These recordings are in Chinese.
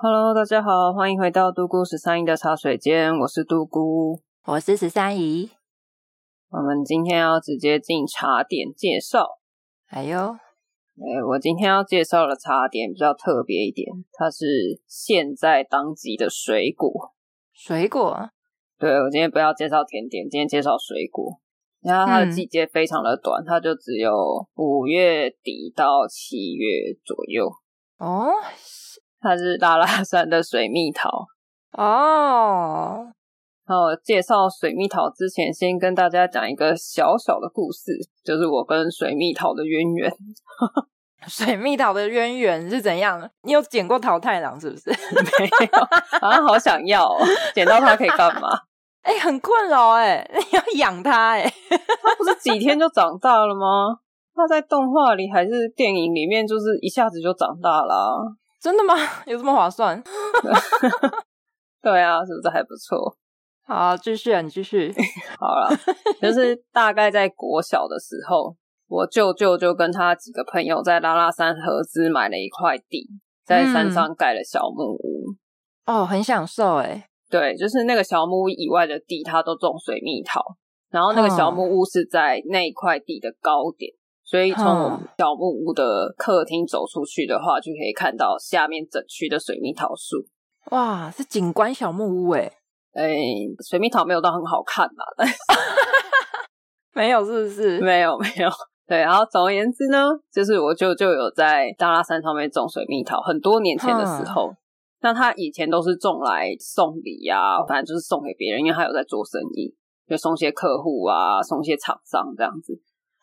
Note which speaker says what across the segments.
Speaker 1: Hello，大家好，欢迎回到独孤十三姨的茶水间，我是独孤。
Speaker 2: 我是十三姨。
Speaker 1: 我们今天要直接进茶点介绍。
Speaker 2: 哎呦，
Speaker 1: 呃，我今天要介绍的茶点比较特别一点，它是现在当季的水果。
Speaker 2: 水果
Speaker 1: 对我今天不要介绍甜点，今天介绍水果。然后它的
Speaker 2: 嗯
Speaker 1: 季节非常的短，它就只有五月底到七月左右。
Speaker 2: 哦
Speaker 1: 它是拉拉山的水蜜桃，
Speaker 2: 哦，
Speaker 1: 那我介绍水蜜桃之前，先跟大家讲一个小小的故事，就是我跟水蜜桃的渊源。
Speaker 2: 水蜜桃的渊源是怎样？你有捡过桃太郎是不是？
Speaker 1: 没有，好像好想要、哦，捡到它可以干嘛？
Speaker 2: 哎、很困扰哎、 你要养它哎、
Speaker 1: 它不是几天就长大了吗？它在动画里还是电影里面，就是一下子就长大啊啦、
Speaker 2: 真的吗？有这么划算？
Speaker 1: 对啊，是不是还不错？
Speaker 2: 好，继续啊，你继续。
Speaker 1: 好啦，就是大概在国小的时候，我舅舅就跟他几个朋友在拉拉山合资买了一块地，在山上盖了小木屋。
Speaker 2: 哦，很享受哎、
Speaker 1: 对，就是那个小木屋以外的地，它都种水蜜桃。然后那个小木屋是在那一块地的高点，所以从我们小木屋的客厅走出去的话，就可以看到下面整区的水蜜桃树。
Speaker 2: 哇，是景观小木屋哎、
Speaker 1: 哎，水蜜桃没有到很好看啦，但是
Speaker 2: 没有是不 是？
Speaker 1: 没有没有。对，然后总而言之呢，就是我舅舅有在大拉山上面种水蜜桃，很多年前的时候。那他以前都是种来送礼啊，反正就是送给别人，因为他有在做生意，就送些客户啊，送些厂商这样子。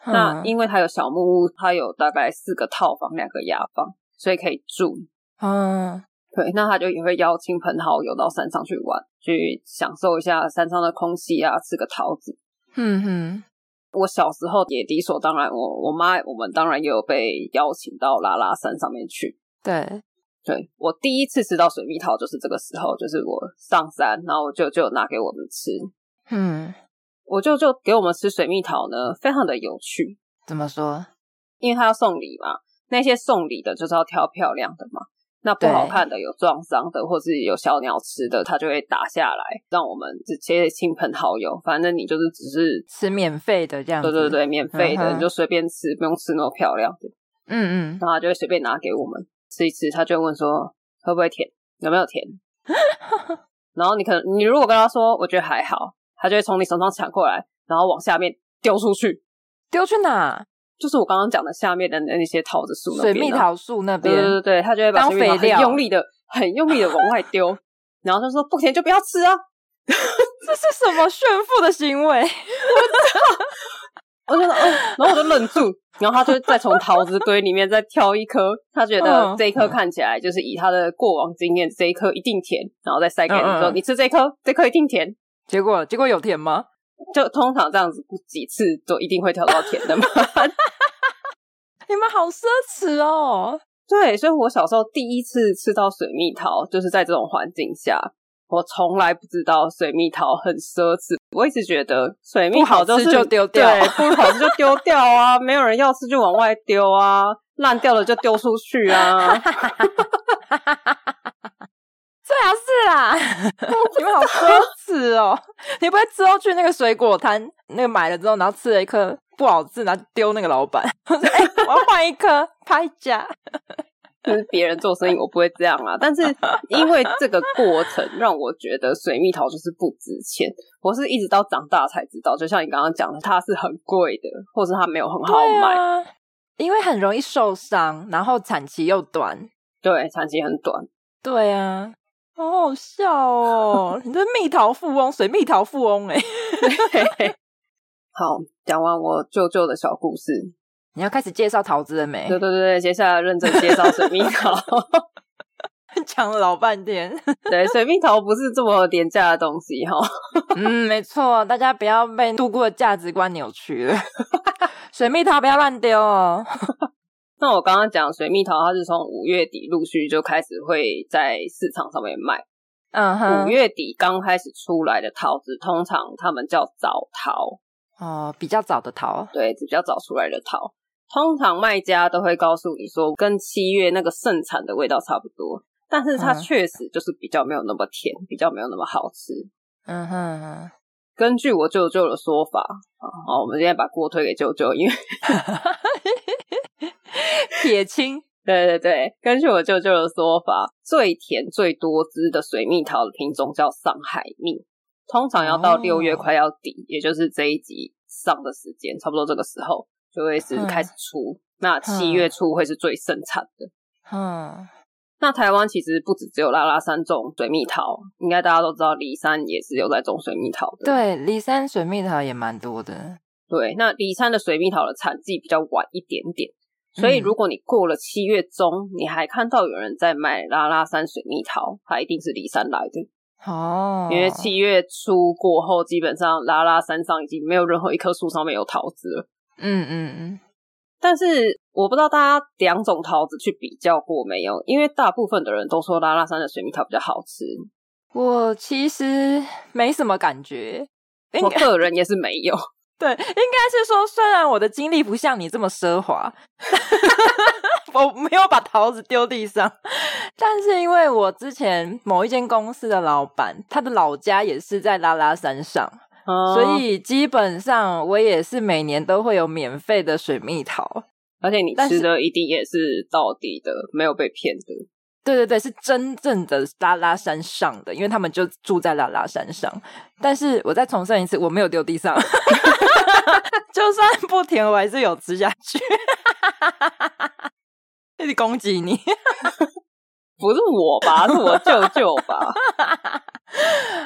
Speaker 1: 那
Speaker 2: 嗯
Speaker 1: 因为他有小木屋，他有大概四个套房，两个雅房，所以可以住。
Speaker 2: 嗯，
Speaker 1: 对，那他就也会邀亲朋好友到山上去玩，去享受一下山上的空气啊，吃个桃子。
Speaker 2: 哼嗯哼，
Speaker 1: 我小时候也理所当然，我我妈我们当然也有被邀请到拉拉山上面去。
Speaker 2: 对，
Speaker 1: 对我第一次吃到水蜜桃就是这个时候，就是我上山，然后我舅舅拿给我们吃，
Speaker 2: 嗯，
Speaker 1: 我舅舅给我们吃水蜜桃呢，非常的有趣，
Speaker 2: 怎么说？
Speaker 1: 因为他要送礼嘛，那些送礼的就是要挑漂亮的嘛。那不好
Speaker 2: 对
Speaker 1: 看的、有撞伤的，或是有小鸟吃的，他就会打下来，让我们这些亲朋好友，反正你就是只是
Speaker 2: 吃免费的这样子？
Speaker 1: 对对，对，免费
Speaker 2: 嗯
Speaker 1: 的，
Speaker 2: 哼
Speaker 1: 你就随便吃，不用吃那么漂亮的。
Speaker 2: 嗯嗯，
Speaker 1: 然后他就会随便拿给我们吃一吃，他就会问说会不会甜，有没有 甜。然后你可能你如果跟他说我觉得还好，他就会从你手上抢过来，然后往下面丢出去，
Speaker 2: 丢去哪？
Speaker 1: 就是我刚刚讲的下面的那那些桃子树那
Speaker 2: 水
Speaker 1: 边
Speaker 2: 蜜
Speaker 1: 啊，
Speaker 2: 桃树那
Speaker 1: 对对
Speaker 2: 边
Speaker 1: 对，对，他就会把
Speaker 2: 当
Speaker 1: 水蜜桃
Speaker 2: 肥料
Speaker 1: 很用力的、很用力的往外 丢，然后就说不甜就不要吃啊。
Speaker 2: 这是什么炫富的行为？
Speaker 1: 我就说，哦，然后我就愣住，然后他就再从桃子堆里面再挑一颗，他觉得
Speaker 2: 嗯
Speaker 1: 这一颗看起来就是以他的过往经验，这一颗一定甜，然后再塞给你
Speaker 2: 嗯嗯
Speaker 1: 说，
Speaker 2: 嗯
Speaker 1: 你吃这颗，这颗一定甜。
Speaker 2: 结果结果有甜吗？
Speaker 1: 就通常这样子几次都一定会挑到甜的嘛。
Speaker 2: 你们好奢侈哦！
Speaker 1: 对，所以我小时候第一次吃到水蜜桃，就是在这种环境下，我从来不知道水蜜桃很奢侈。我一直觉得水蜜桃是
Speaker 2: 不好吃就丢掉
Speaker 1: 对，不好吃就丢掉啊， 没有人要吃就往外丢啊，烂掉了就丢出去啊。
Speaker 2: 对啊，是啦， 你们好奢侈哦！你不会之后去那个水果摊，那个买了之后，然后吃了一颗不好吃，然后丢那个老板， 我说：“哎、我要换一颗，拍价。
Speaker 1: 就是别人做生意，我不会这样啊啦。但是因为这个过程让我觉得水蜜桃就是不值钱。我是一直到长大才知道，就像你刚刚讲的，它是很贵的，或是它没有很”好买。
Speaker 2: 啊，因为很容易受伤，然后产期又短。
Speaker 1: 对，产期很短。
Speaker 2: 对啊，好好笑 哦！你这蜜桃富翁，水蜜桃富翁哎、
Speaker 1: 好，讲完我舅舅的小故事，
Speaker 2: 你要开始介绍桃子了没
Speaker 1: 对？对对对，接下来认真介绍水蜜桃。
Speaker 2: 讲了老半天。
Speaker 1: 对，水蜜桃不是这么廉价的东西哈。
Speaker 2: 嗯，没错，大家不要被度过的价值观扭曲了。 水蜜桃不要乱丢哦。
Speaker 1: 那我刚刚讲水蜜桃，它是从五月底陆续就开始会在市场上面卖。
Speaker 2: 嗯
Speaker 1: 五
Speaker 2: 哼，
Speaker 1: 月底刚开始出来的桃子，通常他们叫早桃，
Speaker 2: 哦，比较早的桃，
Speaker 1: 对，比较早出来的桃。通常卖家都会告诉你说，跟七月那个盛产的味道差不多。但是它
Speaker 2: 嗯
Speaker 1: 确实就是比较没有那么甜，比较没有那么好吃。
Speaker 2: 嗯哼哼，
Speaker 1: 根据我舅舅的说法，啊，
Speaker 2: 哦
Speaker 1: 好我们现在把锅推给舅舅，因为
Speaker 2: 铁青
Speaker 1: 对对对，根据我舅舅的说法，最甜最多汁的水蜜桃的品种叫上海蜜，通常要到
Speaker 2: 哦
Speaker 1: 六月快要底，也就是这一集上的时间，差不多这个时候就会是
Speaker 2: 嗯
Speaker 1: 开始出。那七月初会是最盛产的。
Speaker 2: 嗯
Speaker 1: 那台湾其实不止只有拉拉山种水蜜桃，应该大家都知道，离山也是有在种水蜜桃的。
Speaker 2: 对，离山水蜜桃也蛮多的。
Speaker 1: 对，那离山的水蜜桃的产季比较晚一点点，所以
Speaker 2: 嗯
Speaker 1: 如果你过了七月中，你还看到有人在卖拉拉山水蜜桃，它一定是离山来的，
Speaker 2: 哦，
Speaker 1: 因为七月初过后，基本上拉拉山上已经没有任何一棵树上面有桃子了。
Speaker 2: 嗯嗯嗯，
Speaker 1: 但是我不知道大家两种桃子去比较过没有，因为大部分的人都说拉拉山的水蜜桃比较好吃，
Speaker 2: 我其实没什么感觉。应
Speaker 1: 我
Speaker 2: 该
Speaker 1: 个人也是没有。
Speaker 2: 对，应该是说，虽然我的经历不像你这么奢华， 我没有把桃子丢地上，但是因为我之前某一间公司的老板，他的老家也是在拉拉山上，
Speaker 1: 哦嗯
Speaker 2: 所以基本上我也是每年都会有免费的水蜜桃。
Speaker 1: 而且你
Speaker 2: 但是
Speaker 1: 吃的一定也是到底的，没有被骗的。
Speaker 2: 对对对，是真正的拉拉山上的，因为他们就住在拉拉山上。但是我再重申一次，我没有丢地上， 就算不甜，我还是有吃下去。 一直攻击你，
Speaker 1: 不是我吧，是 我舅舅吧？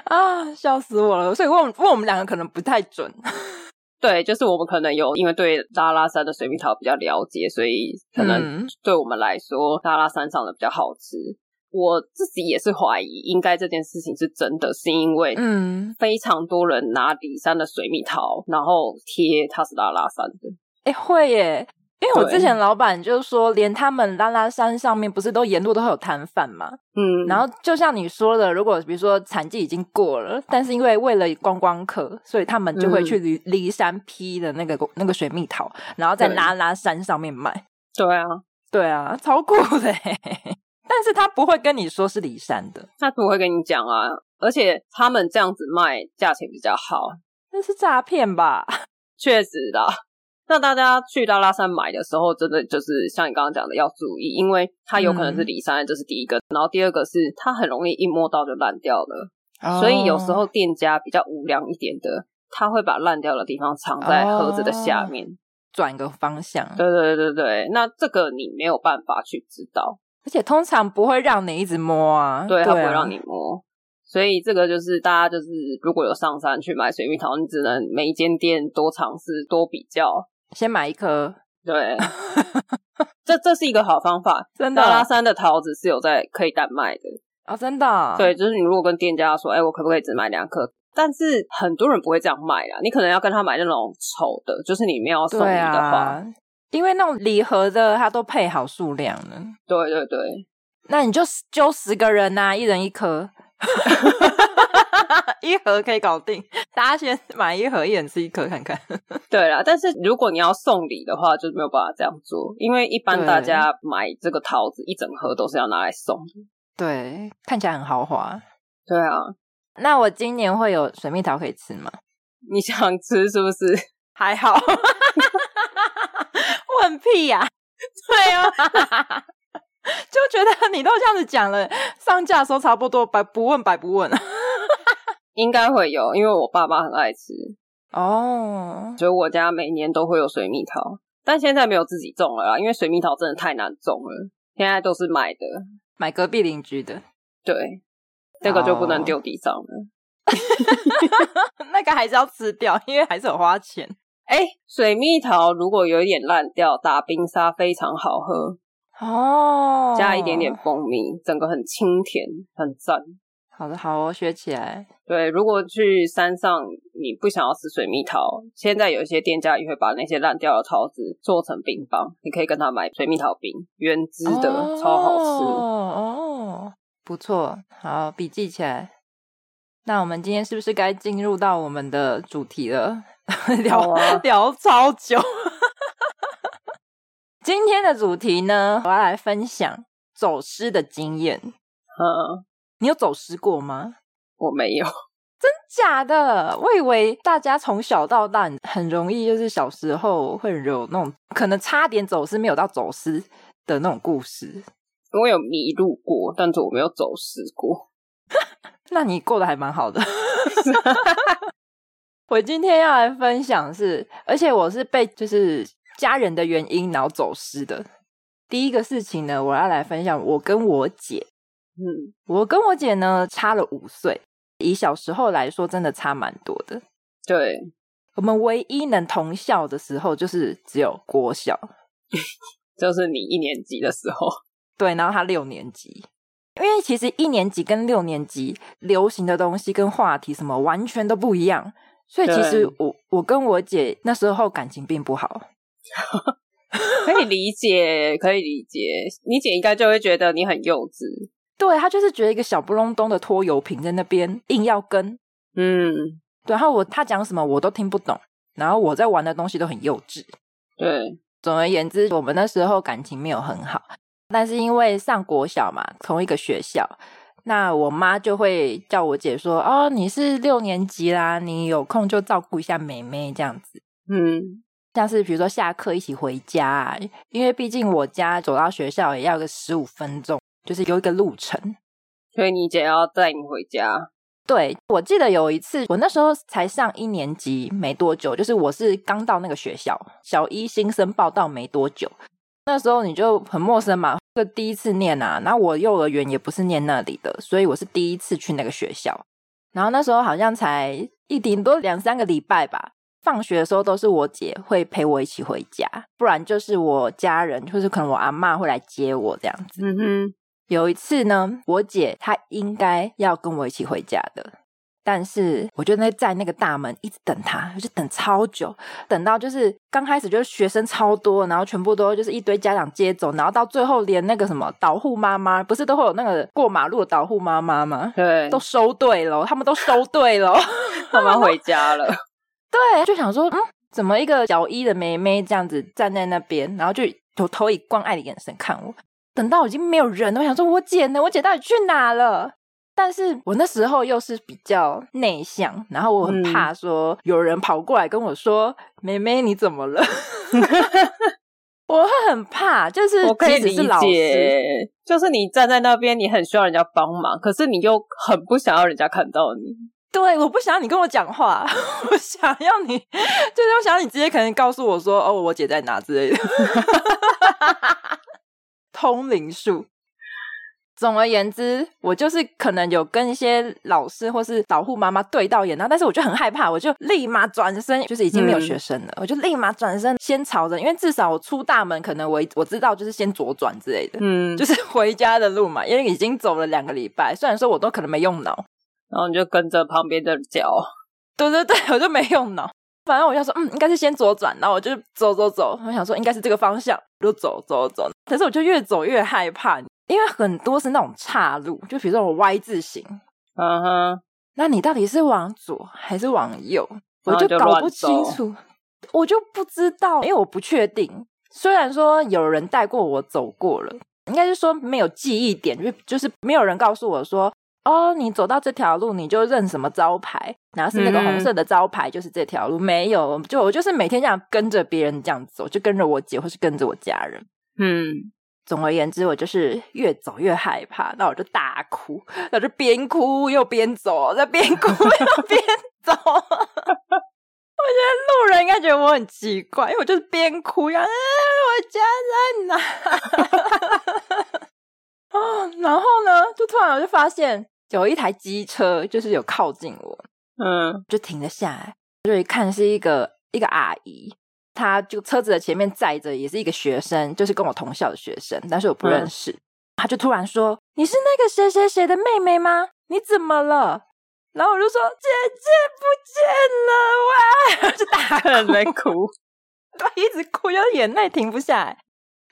Speaker 2: 啊，笑死我了！所以问问我们两个可能不太准，
Speaker 1: 对，就是我们可能有因为对拉拉山的水蜜桃比较了解，所以可能
Speaker 2: 嗯
Speaker 1: 对我们来说，拉拉山上的比较好吃。我自己也是怀疑，应该这件事情是真的，是因为
Speaker 2: 嗯，
Speaker 1: 非常多人拿里山的水蜜桃，然后贴它是拉拉山的。
Speaker 2: 哎、会耶，因为我
Speaker 1: 对
Speaker 2: 之前老板就说，连他们拉拉山上面不是都沿路都会有摊贩嘛，
Speaker 1: 嗯，
Speaker 2: 然后就像你说的，如果比如说产季已经过了，但是因为为了观光客，所以他们就会
Speaker 1: 嗯
Speaker 2: 去离离山批的那个那个水蜜桃，然后在
Speaker 1: 对
Speaker 2: 拉拉山上面卖。
Speaker 1: 对啊，
Speaker 2: 对啊，超酷的欸。 但是他不会跟你说是离山的，
Speaker 1: 他不会跟你讲啊，而且他们这样子卖，价钱比较好。
Speaker 2: 那是诈骗吧？
Speaker 1: 确实啦。那大家去拉拉山买的时候，真的就是像你刚刚讲的要注意，因为它有可能是
Speaker 2: 嗯
Speaker 1: 离山，这是第一个。然后第二个是它很容易一摸到就烂掉了，
Speaker 2: 哦
Speaker 1: 所以有时候店家比较无良一点的，他会把烂掉的地方藏在盒子的
Speaker 2: 哦
Speaker 1: 下面。
Speaker 2: 转个方向，
Speaker 1: 对对对对，那这个你没有办法去知道，
Speaker 2: 而且通常不会让你一直摸啊，
Speaker 1: 对，他
Speaker 2: 啊
Speaker 1: 不会让你摸。所以这个就是大家就是如果有上山去买水蜜桃，你只能每一间店多尝试、多比较。
Speaker 2: 先买一颗，
Speaker 1: 对，这这是一个好方法。
Speaker 2: 真的
Speaker 1: 大拉山的桃子是有在可以单卖的，
Speaker 2: 哦，真的啊，
Speaker 1: 对，就是你如果跟店家说，哎、我可不可以只买两颗？但是很多人不会这样卖啦，你可能要跟他买那种丑的，就是你没有送礼
Speaker 2: 对
Speaker 1: 的话，
Speaker 2: 啊，因为那种礼盒的它都配好数量了。
Speaker 1: 对对对，
Speaker 2: 那你就揪十个人呐、一人一 颗，一盒可以搞定。大家先买一盒，一人吃一颗看看。
Speaker 1: 对啦。但是如果你要送礼的话，就没有办法这样做，因为一般
Speaker 2: 对
Speaker 1: 大家买这个桃子一整盒都是要拿来送的。
Speaker 2: 对，看起来很豪华。
Speaker 1: 对啊，
Speaker 2: 那我今年会有水蜜桃可以吃吗？
Speaker 1: 你想吃是 不是？
Speaker 2: 还 好，我很屁呀、对啊， 就觉得你都这样子讲了，上架的时候差不多百不问百不问。
Speaker 1: 应该会有，因为我爸妈很爱吃，
Speaker 2: 哦，
Speaker 1: 所以我家每年都会有水蜜桃，但现在没有自己种了啦，啊因为水蜜桃真的太难种了，现在都是买的。
Speaker 2: 买隔壁邻居的，
Speaker 1: 对，这个就不能
Speaker 2: 哦
Speaker 1: 丢地上了。
Speaker 2: 那个还是要吃掉，因为还是有花钱。
Speaker 1: 哎、水蜜桃如果有一点烂掉，打冰沙非常好喝，
Speaker 2: 哦，
Speaker 1: 加一点点蜂蜜，整个很清甜，很赞。
Speaker 2: 好的，好、哦，学起来。
Speaker 1: 对，如果去山上你不想要吃水蜜桃，现在有一些店家也会把那些烂掉的桃子做成冰棒，你可以跟他买水蜜桃冰，原汁的，超好吃。
Speaker 2: 哦，不错，好，笔记起来。那我们今天是不是该进入到我们的主题了？ 聊、
Speaker 1: 好啊
Speaker 2: 聊超久。 今天的主题呢，我要来分享走失的经验。
Speaker 1: 嗯，
Speaker 2: 你有走失过吗？
Speaker 1: 我没有，
Speaker 2: 假的，我以为大家从小到大很容易，就是小时候会有那种可能差点走失，没有到走失的那种故事。
Speaker 1: 我有迷路过，但是我没有走失过。
Speaker 2: 那你过得还蛮好的。 我今天要来分享是，而且我是被就是家人的原因然后走失的。第一个事情呢，我要来分享我跟我姐，
Speaker 1: 嗯，
Speaker 2: 我跟我姐呢差了五岁，以小时候来说，真的差蛮多的。
Speaker 1: 对，
Speaker 2: 我们唯一能同校的时候，就是只有国小，
Speaker 1: 就是你一年级的时候，
Speaker 2: 对，然后她六年级。因为其实一年级跟六年级流行的东西跟话题什么完全都不一样，所以其实
Speaker 1: 对
Speaker 2: 我我跟我姐那时候感情并不好，
Speaker 1: 可以理解，可以理解。你姐应该就会觉得你很幼稚。
Speaker 2: 对她就是觉得一个小不隆咚的拖油瓶在那边硬要跟，
Speaker 1: 嗯，
Speaker 2: 对然后我她讲什么我都听不懂，然后我在玩的东西都很幼稚。
Speaker 1: 对，
Speaker 2: 总而言之，我们那时候感情没有很好，但是因为上国小嘛，同一个学校，那我妈就会叫我姐说：“哦，你是六年级啦，你有空就照顾一下妹妹这样子。
Speaker 1: 嗯，”
Speaker 2: 像是比如说下课一起回家、啊，因为毕竟我家走到学校也要个十五分钟，就是有一个路程。
Speaker 1: 所以你姐要带你回家。
Speaker 2: 对，我记得有一次，我那时候才上一年级没多久，就是我是刚到那个学校，小一新生报到没多久，那时候你就很陌生嘛，这第一次念啊，然后我幼儿园也不是念那里的，所以我是第一次去那个学校，然后那时候好像才一顶多两三个礼拜吧。放学的时候都是我姐会陪我一起回家，不然就是我家人，就是可能我阿嬷会来接我这样子。
Speaker 1: 嗯哼，
Speaker 2: 有一次呢，我姐她应该要跟我一起回家的，但是我就在在那个大门一直等她，我就等超久，等到就是刚开始就是学生超多，然后全部都就是一堆家长接走，然后到最后连那个什么导护妈妈，不是都会有那个过马路的导护妈妈吗？
Speaker 1: 对，
Speaker 2: 都收队了，他们都收队了。
Speaker 1: 他们要回家了。
Speaker 2: 对，就想说，嗯，怎么一个小一的妹妹这样子站在那边，然后就投投以关爱的眼神看我，等到已经没有人了，我想说，我姐呢？我姐到底去哪了？但是我那时候又是比较内向，然后我很
Speaker 1: 嗯
Speaker 2: 怕说有人跑过来跟我说：“妹妹，你怎么了？” 我会很怕，就是
Speaker 1: 我可以
Speaker 2: 即使
Speaker 1: 理
Speaker 2: 是老师，
Speaker 1: 解，就是你站在那边，你很需要人家帮忙，可是你又很不想要人家看到你。
Speaker 2: 对，我不想要你跟我讲话， 我想要你，就是我想要你直接可能告诉我说，哦，我姐在哪之类的。 通灵术。总而言之，我就是可能有跟一些老师或是导护妈妈对到眼，然后但是我就很害怕，我就立马转身，就是已经没有
Speaker 1: 嗯
Speaker 2: 学生了，我就立马转身，先朝着，因为至少我出大门，可能我我知道就是先左转之类的，
Speaker 1: 嗯，
Speaker 2: 就是回家的路嘛，因为已经走了两个礼拜，虽然说我都可能没用脑，
Speaker 1: 然后你就跟着旁边的脚。
Speaker 2: 对对对，我就没用脑。反正我就说，嗯，应该是先左转，然后我就走走走，我想说应该是这个方向，我就走走走。可是我就越走越害怕，因为很多是那种岔路，就比如说我 Y 字形，
Speaker 1: 嗯哼，
Speaker 2: 那你到底是往左还是往右，我
Speaker 1: 然后
Speaker 2: 就
Speaker 1: 就
Speaker 2: 搞
Speaker 1: 乱
Speaker 2: 不清
Speaker 1: 走
Speaker 2: 楚，我就不知道，因为我不确定。虽然说有人带过我走过了，应该是说没有记忆点，就就是没有人告诉我说，哦，你走到这条路你就认什么招牌，然后是那个
Speaker 1: 嗯
Speaker 2: 红色的招牌就是这条路，没有，就我就是每天这样跟着别人这样走，就跟着我姐或是跟着我家人。
Speaker 1: 嗯，
Speaker 2: 总而言之，我就是越走越害怕，那我就大哭，那我就边哭又边走，再边哭又边走。我觉得路人应该觉得我很奇怪，因为我就是边哭，然后、啊、我家 在哪？哦，然后呢，就突然我就发现有一台机车就是有靠近我，
Speaker 1: 嗯，
Speaker 2: 就停了下来，就一看是一个一个阿姨，她就车子的前面载着也是一个学生，就是跟我同校的学生，但是我不认识。她就突然说：“你是那个谁谁谁的妹妹吗？你怎么了？”然后我就说：“姐姐不见了哇！”就大
Speaker 1: 看人在
Speaker 2: 哭
Speaker 1: 哭。
Speaker 2: 对，一直哭，就眼泪停不下来。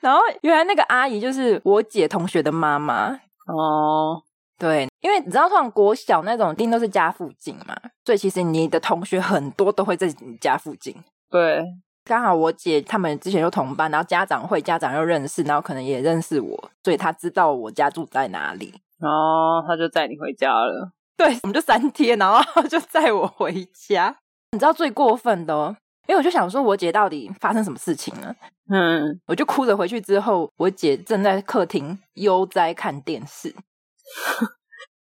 Speaker 2: 然后原来那个阿姨就是我姐同学的妈妈，
Speaker 1: 哦，
Speaker 2: 对，因为你知道，通常国小那种一定都是家附近嘛，所以其实你的同学很多都会在你家附近。
Speaker 1: 对，
Speaker 2: 刚好我姐他们之前就同班，然后家长会，家长又认识，然后可能也认识我，所以她知道我家住在哪里。
Speaker 1: 然后他就载你回家了。
Speaker 2: 对，我们就三天，然后就载我回家。你知道最过分的哦，因为我就想说，我姐到底发生什么事情了？
Speaker 1: 嗯，
Speaker 2: 我就哭着回去之后，我姐正在客厅悠哉看电视。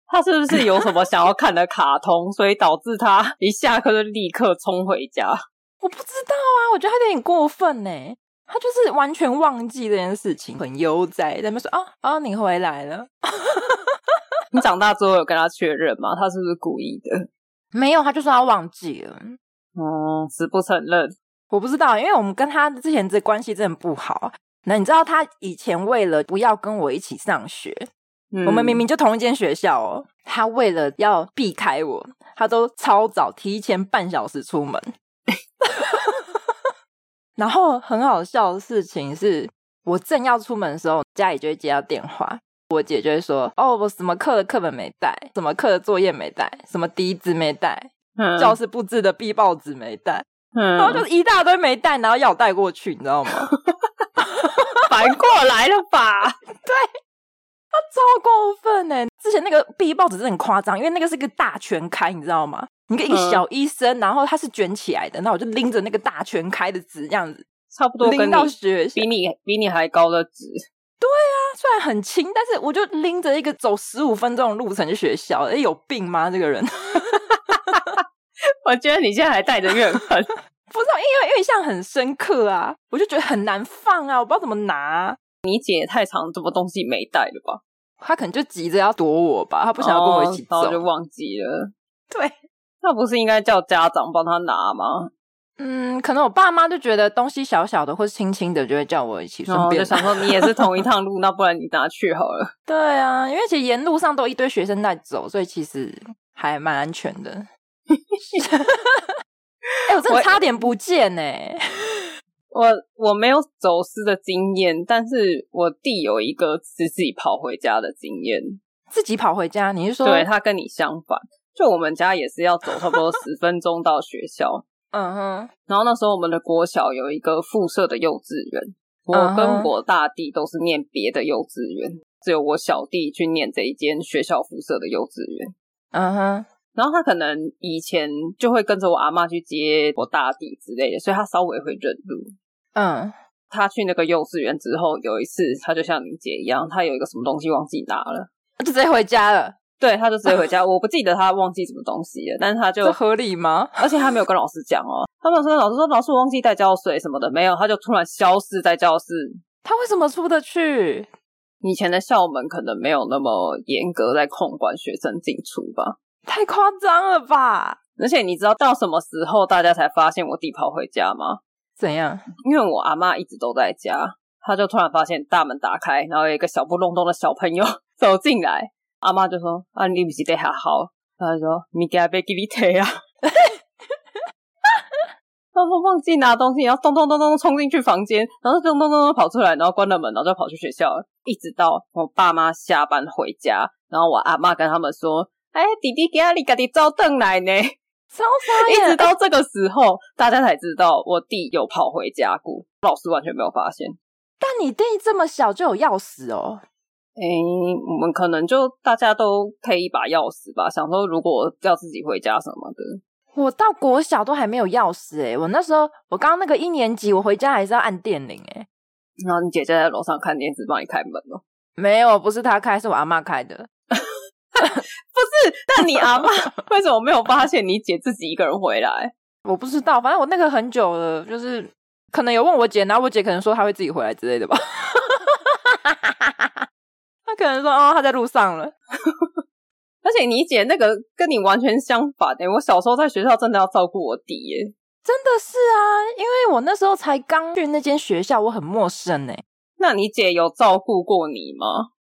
Speaker 1: 他是不是有什么想要看的卡通，所以导致他一下课就立刻冲回家？
Speaker 2: 我不知道啊，我觉得他有点过分呢。他就是完全忘记这件事情，很悠哉，在那边说：“啊、哦、啊、哦，你回来了。”
Speaker 1: 你长大之后有跟他确认吗？他是不是故意的？
Speaker 2: 没有，他就说他忘记了。
Speaker 1: 哦、嗯，死不承认。
Speaker 2: 我不知道，因为我们跟他之前这关系真的不好。那你知道他以前为了不要跟我一起上学，
Speaker 1: 嗯、
Speaker 2: 我们明明就同一间学校哦，他为了要避开我，他都超早提前半小时 出门。然后很好笑的事情是，我正要出门的时候，家里就会接到电话，我姐就会说：“哦，我什么课的课本没带，什么课的作业没带，什么笛子没带，
Speaker 1: 嗯
Speaker 2: 教室布置的壁报纸没带。”
Speaker 1: 嗯，
Speaker 2: 然后就是一大堆没带，然后要我带过去，你知道吗？
Speaker 1: 反过来了吧？
Speaker 2: 他超过分呢！之前那个壁报纸真的很夸张，因为那个是一个大全开，你知道吗？你跟一个
Speaker 1: 嗯
Speaker 2: 小医生，然后他是卷起来的，那我就拎着那个大全开的纸，这样子
Speaker 1: 差不多跟
Speaker 2: 拎
Speaker 1: 你
Speaker 2: 到学校。啊
Speaker 1: 比你比你还高的值，
Speaker 2: 虽然很轻，但是我就拎着一个走十五分钟的路程去学校。哎，有病吗？这个人
Speaker 1: 我觉得你现在还带着怨恨。
Speaker 2: 不是因为因为印象很深刻啊，我就觉得很难放啊，我不知道怎么拿啊、
Speaker 1: 你姐也太长，什么东西没带了吧？
Speaker 2: 他可能就急着要躲我吧，他不想要跟我一起
Speaker 1: 哦
Speaker 2: 走。
Speaker 1: 然后就忘记了。
Speaker 2: 对，
Speaker 1: 那不是应该叫家长帮他拿吗？
Speaker 2: 嗯，可能我爸妈就觉得东西小小的或是轻轻的，就会叫我一起顺
Speaker 1: 然后
Speaker 2: 便
Speaker 1: 哦就
Speaker 2: 拿。
Speaker 1: 想说你也是同一趟 路，那不然你拿去好了。
Speaker 2: 对啊，因为其实沿路上都有一堆学生在走，所以其实还蛮安全 的。哎、我真的
Speaker 1: 我
Speaker 2: 差点不见欸呢、
Speaker 1: 我我没有走失的经验，但是我弟有一个是自己跑回家的经验。
Speaker 2: 自己跑回家。你是说？
Speaker 1: 对他跟你相反，就我们家也是要走差不多十分钟到学校。
Speaker 2: 嗯哼，
Speaker 1: 然后那时候我们的国小有一个附设的幼稚园，我
Speaker 2: 嗯
Speaker 1: 跟
Speaker 2: 哼
Speaker 1: 我大弟都是念别的幼稚园，只有我小弟去念这一间学校附设的幼稚园。
Speaker 2: 嗯哼，
Speaker 1: 然后他可能以前就会跟着我阿妈去接我大弟之类的，所以他稍微会认路。
Speaker 2: 嗯
Speaker 1: 他去那个幼稚园之后，有一次他就像你姐一样，他有一个什么东西忘记拿了，
Speaker 2: 就直接回家了，
Speaker 1: 对，他就直接回家。我不记得他忘记什么东西了，但是他就
Speaker 2: 这合理吗？
Speaker 1: 而且他没有跟老师讲哦，他没有说老师说老师我忘记带胶水什么的，没有，他就突然消失在教室。
Speaker 2: 他为什么出得去？
Speaker 1: 以前的校门可能没有那么严格在控管学生进出吧，
Speaker 2: 太夸张了吧？
Speaker 1: 而且你知道到什么时候大家才发现我弟跑回家吗？
Speaker 2: 怎样？
Speaker 1: 因为我阿妈一直都在家，她就突然发现大门打开，然后有一个小不隆咚的小朋友 走进来，阿妈就说：“啊，你不是对还好？”她就说：“你给他被给你推啊！” 他说忘记拿东西，然后咚咚咚咚冲进去房间，然后咚咚咚咚跑出来，然后关了门，然后就跑去学校了，一直到我爸妈下班回家，然后我阿妈跟他们说：“哎，弟弟给你家己照凳来呢。”
Speaker 2: 超傻
Speaker 1: 一
Speaker 2: 眼！
Speaker 1: 直到这个时候，大家才知道我弟有跑回家过，老师完全没有发现。
Speaker 2: 但你弟这么小就有钥匙哦，
Speaker 1: 诶、我们可能就大家都配一把钥匙吧，想说如果要自己回家什么的，
Speaker 2: 我到国小都还没有钥匙诶、我那时候我刚刚那个一年级，我回家还是要按电铃欸诶、
Speaker 1: 然后你姐姐在楼上看电视，帮你开门哦。
Speaker 2: 没有，不是他开，是我阿妈开的。
Speaker 1: 不是，但你阿妈为什么没有发现你姐自己一个人回来？
Speaker 2: 我不知道，反正我那个很久了，就是可能有问我姐，然后我姐可能说她会自己回来之类的吧。 她可能说哦，她在路上了。
Speaker 1: 而且你姐那个跟你完全相反诶、我小时候在学校真的要照顾我弟耶、
Speaker 2: 真的是啊，因为我那时候才刚去那间学校，我很陌生哎、
Speaker 1: 那你姐有照顾过你吗？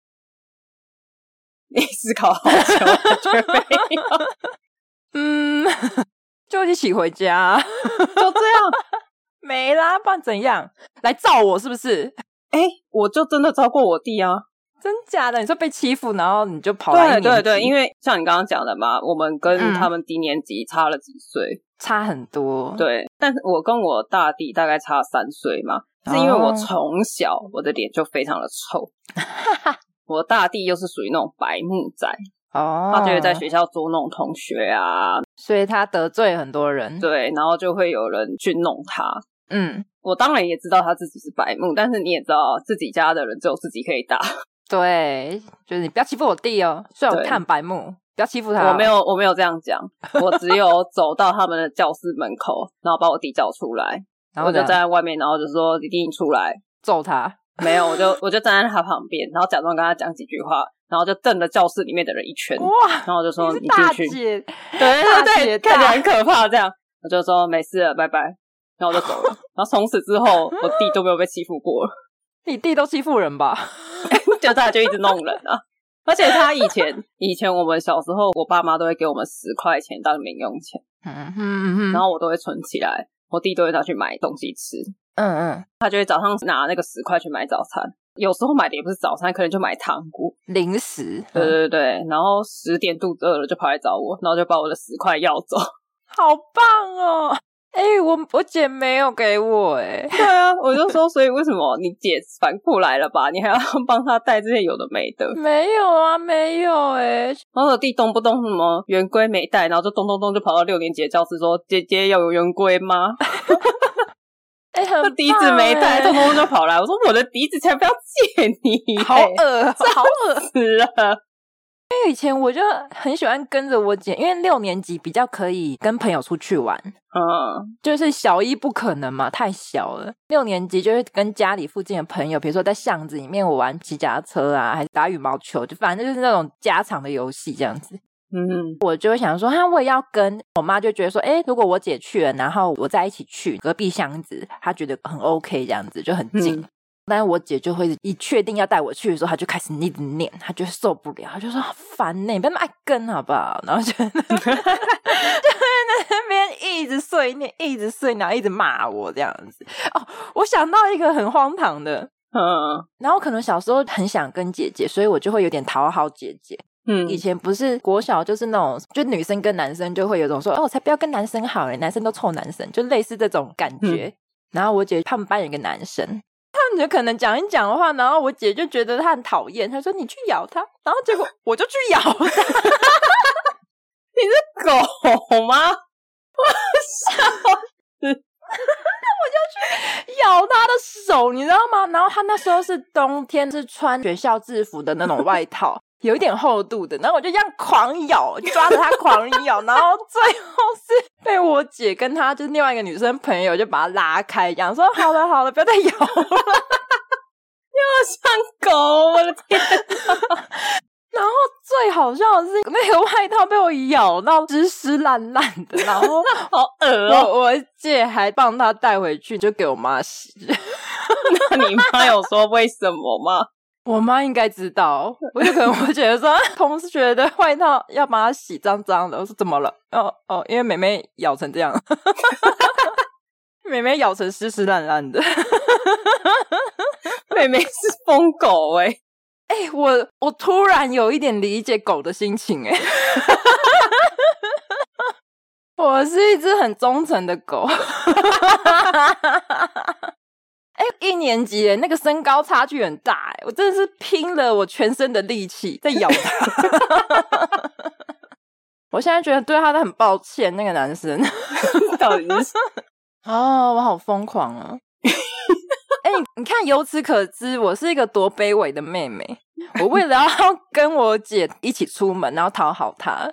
Speaker 1: 你思考好久，我觉得没有。
Speaker 2: 嗯， 就一起回家，
Speaker 1: 就这样。
Speaker 2: 没啦，不然怎样？来照我是不是？
Speaker 1: 哎、我就真的照顾我弟啊！
Speaker 2: 真假的？你说被欺负，然后你就跑来
Speaker 1: 对对对，因
Speaker 2: 为
Speaker 1: 为像你刚刚讲的嘛，我们跟
Speaker 2: 嗯
Speaker 1: 他们低年级差了几岁，
Speaker 2: 差很多。，
Speaker 1: 对，但是我跟我大弟大概差三岁嘛，是因为
Speaker 2: 哦
Speaker 1: 我从小我的脸就非常的臭，我的大弟又是属于那种白目仔，
Speaker 2: 哦，
Speaker 1: 他就会在学校捉弄同学啊，
Speaker 2: 所以他得罪很多人。，
Speaker 1: 对，然后就会有人去弄他。
Speaker 2: 嗯，
Speaker 1: 我当然也知道他自己是白目，但是你也知道自己家的人只有自己可以打。
Speaker 2: 对，就是你不要欺负我弟哦，虽然我
Speaker 1: 对
Speaker 2: 看白目，不要欺负他哦。
Speaker 1: 我没有，我没有这样讲，我只有走到他们的教室门口，然后把我弟叫出来，
Speaker 2: 然
Speaker 1: 我
Speaker 2: 后
Speaker 1: 就站
Speaker 2: 这样
Speaker 1: 在外面，然后就说：“弟弟，你出来。
Speaker 2: 揍他。”
Speaker 1: 没有，我就我就站在他旁边，然后假装跟他讲几句话，然后就瞪了教室里面的人一圈，
Speaker 2: 哇，
Speaker 1: 嗯然后我就说：“
Speaker 2: 你是
Speaker 1: 你
Speaker 2: 大
Speaker 1: 进去。”
Speaker 2: 姐，
Speaker 1: 对对对，
Speaker 2: 大姐大
Speaker 1: 看起来很可怕。这样，我就说没事了，拜拜，然后我就走了。然后从此之后，我弟都没有被欺负过了，
Speaker 2: 你弟都欺负人吧？
Speaker 1: 就他就一直弄人啊。而且他以前以前我们小时候，我爸妈都会给我们十块钱当零用钱，
Speaker 2: 嗯嗯嗯，
Speaker 1: 然
Speaker 2: 后
Speaker 1: 后我都会存起来，我弟都会拿去买东西吃，
Speaker 2: 嗯嗯，
Speaker 1: 他就会早上拿那个十块去买早餐。有时候买的也不是早餐，可能就买糖果。
Speaker 2: 零食，
Speaker 1: 对
Speaker 2: 嗯
Speaker 1: 对对对，然后十点肚子饿了就跑来找我，然后就把我的十块要走。
Speaker 2: 好棒哦！哎、我我姐没有给我哎、
Speaker 1: 对啊，我就说，所以为什么你姐反过来了吧？你还要 帮她带这些有的没的。
Speaker 2: 没有啊，没有哎、
Speaker 1: 然后我弟动不动什么圆规没带，然后就咚咚咚就跑到六年级的教室说：“姐姐有圆规吗？”
Speaker 2: 哎、很
Speaker 1: 他
Speaker 2: 棒
Speaker 1: 笛子没带，
Speaker 2: 哎
Speaker 1: 咚咚咚就跑来。我说：“我的笛子才不要借你、啊
Speaker 2: 好恶 哦、
Speaker 1: 好恶死了。
Speaker 2: 因为以前我就很喜欢跟着我姐，因为六年级比较可以跟朋友出去玩，”
Speaker 1: 嗯，
Speaker 2: 就是小一不可能嘛，太小了。六年级就会跟家里附近的朋友，比如说在巷子里面我玩骑脚踏车啊，还是打羽毛球，就反正就是那种家常的游戏这样子。
Speaker 1: 嗯，
Speaker 2: 我就会想说，哈、我也要跟。我妈就觉得说，哎、如果我姐去了，然后我再一起去隔壁巷子，她觉得很 OK，这样子就很近。
Speaker 1: 嗯
Speaker 2: 但是我姐就会一确定要带我去的时候，她就开始一直念，她就受不了，她就说好烦呢、你不要那么爱跟好不好？然后就 就在那边一直碎念，一直碎念，然后一直骂我这样子。哦，我想到一个很荒唐的，
Speaker 1: 嗯，
Speaker 2: 然后可能小时候很想跟姐姐，所以我就会有点讨好姐姐。
Speaker 1: 嗯，
Speaker 2: 以前不是国小，就是那种，就女生跟男生就会有种说，哦，我才不要跟男生好欸嘞，男生都臭男生，就类似这种感觉。然后我姐他们班有一个男生，他们就可能讲一讲的话，然后我姐就觉得他很讨厌，她说你去咬他，然后结果我就去咬他，
Speaker 1: 狗吗？
Speaker 2: 咬他的手，你知道吗？然后他那时候是冬天，是穿学校制服的那种外套， 有一点厚度的。然后我就这样狂咬，抓着他狂咬， 然后最后是被我姐跟他就是另外一个女生朋友就把他拉开，讲说：“好了好了，不要再咬 了。
Speaker 1: 像狗，我的天！”
Speaker 2: 然后最好笑的是，那个外套被我咬到湿湿烂烂的，然后
Speaker 1: 好恶哦、
Speaker 2: 我 我姐还帮他带回去，就给我妈洗。
Speaker 1: 那你妈有说为什么吗？
Speaker 2: 我妈应该知道，我就可能我觉得说啊同学的外套要把它洗脏脏的，我说怎么了？哦哦，因为妹妹咬成这样， 妹妹咬成湿湿烂烂的。
Speaker 1: 妹妹是疯狗哎、
Speaker 2: 哎、我我突然有一点理解狗的心情哎、 我是一只很忠诚的狗。哎、一年级耶那个身高差距很大哎，我真的是拼了我全身的力气在咬它。 我现在觉得对他的很抱歉，那个男生。
Speaker 1: 到底是
Speaker 2: 哦，我好疯狂啊！ 哎、你看，由此可知，我是一个多卑微的妹妹。我为了 要跟我姐一起出门，然后讨好她，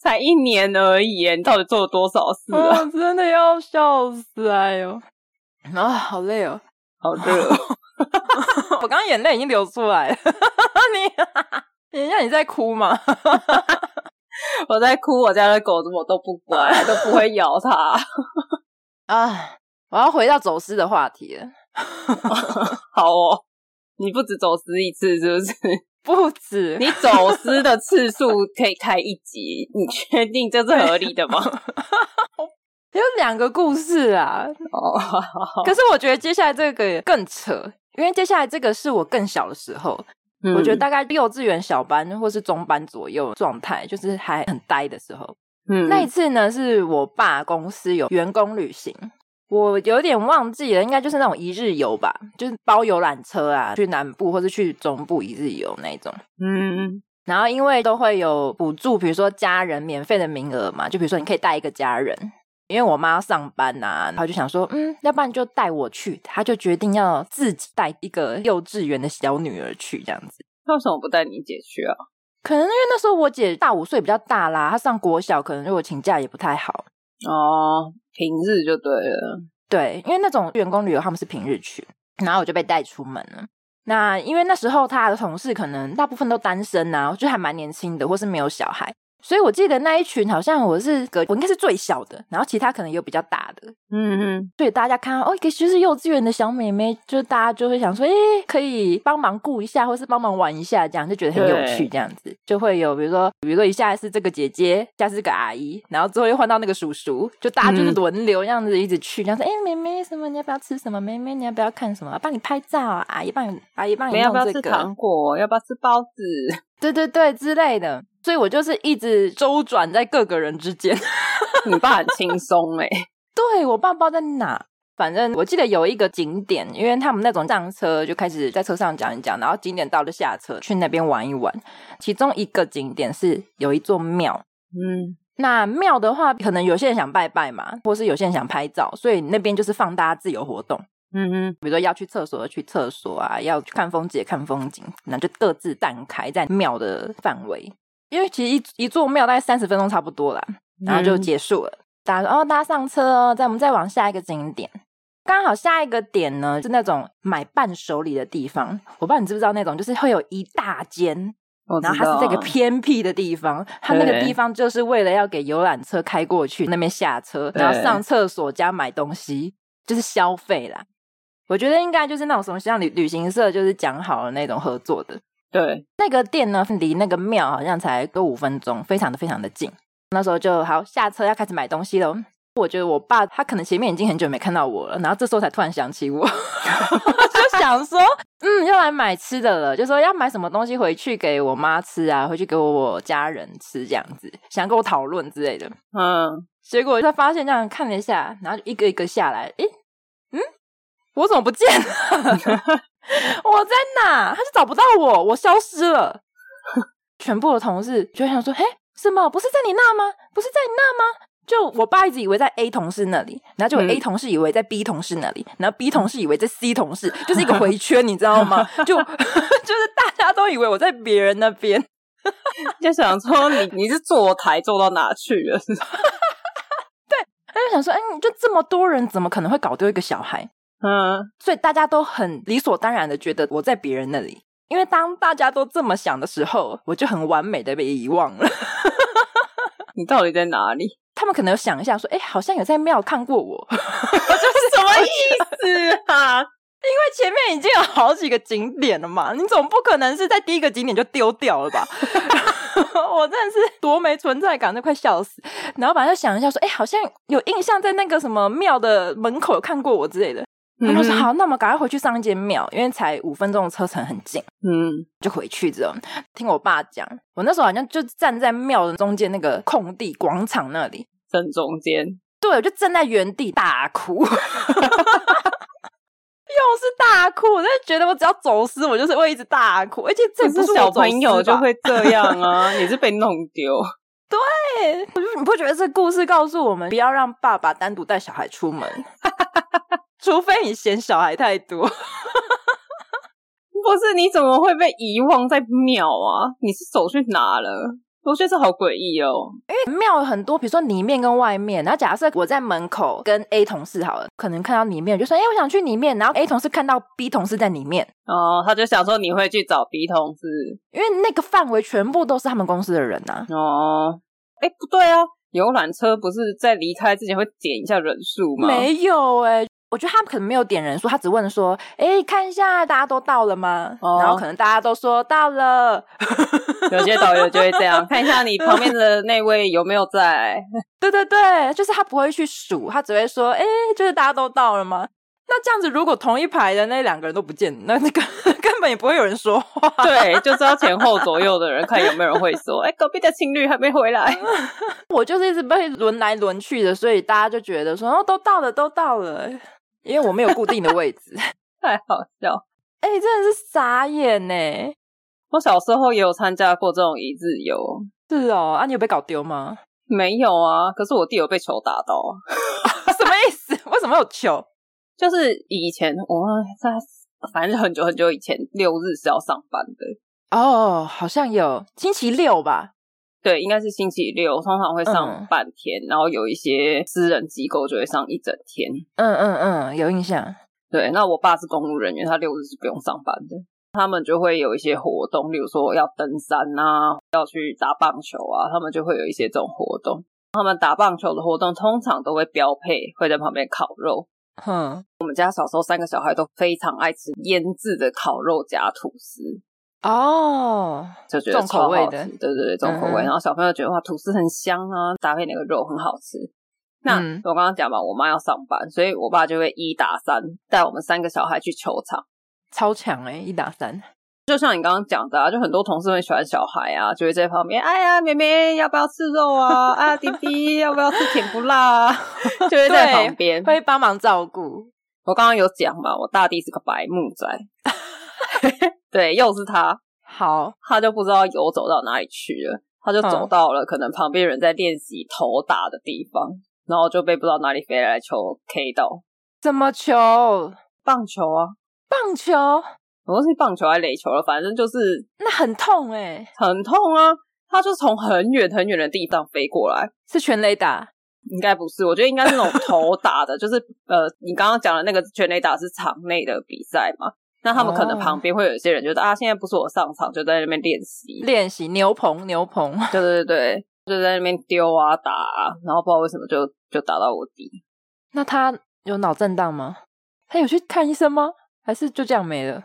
Speaker 1: 才一年而已耶，你到底做了多少事啊？
Speaker 2: 我哦真的要笑死！哎呦，啊，好累哦！
Speaker 1: 好热哦，
Speaker 2: 我刚刚眼泪已经流出来了。 你，等一下，你在哭吗？
Speaker 1: 我在哭，我家的狗怎么都不乖，都不会咬它。
Speaker 2: 啊，我要回到走失的话题了。
Speaker 1: 好哦，你不止走失一次是 不是？
Speaker 2: 不止，
Speaker 1: 你走失的次数可以开一集，你确定这是合理的吗？
Speaker 2: 有两个故事啊，
Speaker 1: 哦，
Speaker 2: 可是我觉得接下来这个更扯，因为接下来这个是我更小的时候，
Speaker 1: 嗯
Speaker 2: 我觉得大概幼稚园小班或是中班左右状态，就是还很呆的时候。
Speaker 1: 嗯
Speaker 2: 那一次呢，是我爸公司有员工旅行，我有点忘记了，应该就是那种一日游吧，就是包游览车啊，去南部或是去中部一日游那种。
Speaker 1: 嗯，
Speaker 2: 然后因为都会有补助，比如说家人免费的名额嘛，就比如说你可以带一个家人。因为我妈要上班呐、啊，然后就想说，嗯，要不然就带我去。她就决定要自己带一个幼稚园的小女儿去，这样子。
Speaker 1: 那为什么不带你姐去啊？
Speaker 2: 可能因为那时候我姐大五岁，比较大啦，她上国小，可能如果请假也不太好。
Speaker 1: 哦，平日就对了。
Speaker 2: 对，因为那种员工旅游他们是平日去，然后我就被带出门了。那因为那时候他的同事可能大部分都单身啊，就还蛮年轻的，或是没有小孩，所以我记得那一群好像我是个我应该是最小的，然后其他可能有比较大的，
Speaker 1: 嗯嗯，
Speaker 2: 所以大家看到哦，一个就是幼稚园的小妹妹，就是大家就会想说，诶、可以帮忙顾一下，或是帮忙玩一下，这样就觉得很有趣，
Speaker 1: 对
Speaker 2: 这样子就会有，比如说，比如说一下是这个姐姐，下次是个阿姨，然后之后又换到那个叔叔，就大家就是
Speaker 1: 嗯
Speaker 2: 轮流这样子一直去，这样说，诶、妹妹什么，你要不要吃什么？妹妹你要不要看什么？帮你拍照啊，阿姨帮你，阿姨帮
Speaker 1: 你
Speaker 2: 你
Speaker 1: 们要不要
Speaker 2: 弄
Speaker 1: 吃
Speaker 2: 这个，
Speaker 1: 糖果？要不要吃包子？
Speaker 2: 对对对之类的。所以我就是一直周转在各个人之间。
Speaker 1: 你爸很轻松哎，
Speaker 2: 对我爸不知道在哪，反正我记得有一个景点，因为他们那种上车就开始在车上讲一讲，然后景点到了下车去那边玩一玩。其中一个景点是有一座庙，
Speaker 1: 嗯，
Speaker 2: 那庙的话，可能有些人想拜拜嘛，或是有些人想拍照，所以那边就是放大家自由活动，
Speaker 1: 嗯嗯，
Speaker 2: 比如说要去厕所的去厕所啊，要去看风景的看风景，那就各自散开在庙的范围。因为其实一一座庙大概三十分钟差不多啦，然后就
Speaker 1: 嗯
Speaker 2: 结束了。大家说哦，大家上车哦，再我们再往下一个景点。刚好下一个点呢是那种买伴手礼的地方，我不知道你知不知道那种，就是会有一大间，
Speaker 1: 我知
Speaker 2: 然
Speaker 1: 道
Speaker 2: 后它是这个偏僻的地方，它那个
Speaker 1: 对
Speaker 2: 地方就是为了要给游览车开过去，那边下车，
Speaker 1: 对
Speaker 2: 然后上厕所加买东西，就是消费啦。我觉得应该就是那种什么像旅旅行社就是讲好了那种合作的，
Speaker 1: 对，
Speaker 2: 那个店呢，离那个庙好像才多五分钟，非常的非常的近。那时候就好下车要开始买东西喽。我觉得我爸他可能前面已经很久没看到我了，然后这时候才突然想起我， 就想说，嗯，又来买吃的了，就说要买什么东西回去给我妈吃啊，回去给我家人吃这样子，想跟我讨论之类的。
Speaker 1: 嗯，
Speaker 2: 结果他发现这样看了一下，然后就一个一个下来，诶，嗯，我怎么不见了？ 我在哪？他就找不到我，我消失了。全部的同事就想说，嘿，什么？不是在你那吗？不是在你那吗？就我爸一直以为在 A 同事那里，然后就
Speaker 1: 嗯
Speaker 2: A 同事以为在 B 同事那里，然后 B 同事以为在 C 同事，就是一个回圈，你知道吗？就 就是大家都以为我在别人那边，
Speaker 1: 就想说你你是坐台坐到哪去了？
Speaker 2: 他就想说，嗯，就这么多人，怎么可能会搞丢一个小孩？
Speaker 1: 嗯，
Speaker 2: 所以大家都很理所当然的觉得我在别人那里。因为当大家都这么想的时候，我就很完美的被遗忘了。
Speaker 1: 你到底在哪里？
Speaker 2: 他们可能有想一下说，哎，好像有在庙看过我，因为
Speaker 1: 什么意思啊？
Speaker 2: 前面已经有好几个景点了嘛，你总不可能是在第一个景点就丢掉了吧？ 我真的是多没存在感，都快笑死。然后反正就想一下说，哎，好像有印象在那个什么庙的门口有看过我之类的。他们 说
Speaker 1: 嗯，
Speaker 2: 好，那我们赶快回去上一间庙，因为才五分钟的车程很近。
Speaker 1: 嗯，
Speaker 2: 就回去之后，听我爸讲，我那时候好像就站在庙的中间那个空地广场那里，
Speaker 1: 正中间，
Speaker 2: 对，我就站在原地大哭， 又是大哭，我真的觉得我只要走失，我就是会一直大哭，而且
Speaker 1: 这
Speaker 2: 这也不
Speaker 1: 是
Speaker 2: 我
Speaker 1: 小
Speaker 2: 走失
Speaker 1: 朋友就
Speaker 2: 吧
Speaker 1: 会这样啊， 你是被弄丢。
Speaker 2: 对，我 就你不觉得这故事告诉我们不要让爸爸单独带小孩出门， 除非你嫌小孩太多。
Speaker 1: 不是，你怎么会被遗忘在庙啊？你是手去哪了？我觉得这好诡异哦。
Speaker 2: 庙有很多，比如说里面跟外面。然后假设我在门口跟 A 同事好了，可能看到里面我就说：“哎、我想去里面。”然后 A 同事看到 B 同事在里面，
Speaker 1: 哦，他就想说你会去找 B 同事
Speaker 2: 因为那个范围全部都是他们公司的人啊呐、
Speaker 1: 哦。哎，不对啊，游览车不是在离开之前会点一下人数吗？
Speaker 2: 没有哎、我觉得他们可能没有点人数，他只问说：“哎、看一下大家都到了吗？”
Speaker 1: 哦
Speaker 2: 然后可能大家都说到了。
Speaker 1: 有些导游就会这样，看一下你旁边的那位有没有在。
Speaker 2: 对对对，就是他不会去数，他只会说：“哎、就是大家都到了吗？”那这样子，如果同一排的那两个人都不见，那那个 根本也不会有人说话。
Speaker 1: 对，就知道前后左右的人，看有没有人会说，哎、隔壁的情侣还没回来。
Speaker 2: 我就是一直被轮来轮去的，所以大家就觉得说，哦，都到了，都到了，因为我没有固定的位置。
Speaker 1: 太好笑！
Speaker 2: 哎、真的是傻眼欸呢。
Speaker 1: 我小时候也有参加过这种一日游，
Speaker 2: 是哦，啊，你有被搞丢吗？
Speaker 1: 没有啊，可是我弟有被球打到啊。
Speaker 2: 什么意思？为什么有球？
Speaker 1: 就是以前我忘了在，反正很久很久以前，六日是要上班的，
Speaker 2: 哦，好像有星期六吧。
Speaker 1: 对，应该是星期六，通常会上
Speaker 2: 嗯
Speaker 1: 半天，然后有一些私人机构就会上一整天。
Speaker 2: 嗯嗯嗯，有印象。
Speaker 1: 对，那我爸是公务人员，他六日是不用上班的。他们就会有一些活动，例如说要登山啊，要去打棒球啊，他们就会有一些这种活动。他们打棒球的活动通常都会标配，会在旁边烤肉。
Speaker 2: 哼，
Speaker 1: 我们家小时候三个小孩都非常爱吃腌制的烤肉夹吐司，
Speaker 2: 哦，
Speaker 1: 就觉得
Speaker 2: 重口味
Speaker 1: 超好吃
Speaker 2: 的
Speaker 1: 对对对，重口味。
Speaker 2: 嗯嗯
Speaker 1: 然后小朋友觉得哇，吐司很香啊，搭配那个肉很好吃。那、
Speaker 2: 嗯
Speaker 1: 我刚刚讲嘛，我妈要上班，所以我爸就会一打三带我们三个小孩去球场。
Speaker 2: 超强哎、一打三。
Speaker 1: 就像你刚刚讲的啊，就很多同事很喜欢小孩啊，就会在旁边，哎呀，妹妹要不要吃肉啊？啊，弟弟要不要吃甜不辣啊？ 就会在旁边。
Speaker 2: 会帮忙照顾。
Speaker 1: 我刚刚有讲嘛，我大弟是个白木仔， 对，又是他，
Speaker 2: 好，
Speaker 1: 他就不知道游走到哪里去了，他就走
Speaker 2: 嗯
Speaker 1: 到了可能旁边人在练习投打的地方，然后就被不知道哪里飞来的球 K 到
Speaker 2: 怎么球？
Speaker 1: 棒球啊，
Speaker 2: 棒球
Speaker 1: 我忘记棒球还垒球了，反正就是
Speaker 2: 那很痛哎、
Speaker 1: 很痛啊。他就从很远很远的地方飞过来，
Speaker 2: 是全垒打。
Speaker 1: 应该不是，我觉得应该是那种 头打的，就是呃，你刚刚讲的那个全垒打是场内的比赛嘛，那他们可能
Speaker 2: 哦
Speaker 1: 旁边会有一些人觉得、啊，现在不是我上场，就在那边练习，
Speaker 2: 练习牛棚，牛棚。
Speaker 1: 对对对，就在那边丢啊打啊，然后不知道为什么就就打到我弟，
Speaker 2: 那他有脑震荡吗？他有去看医生吗？还是就这样没了？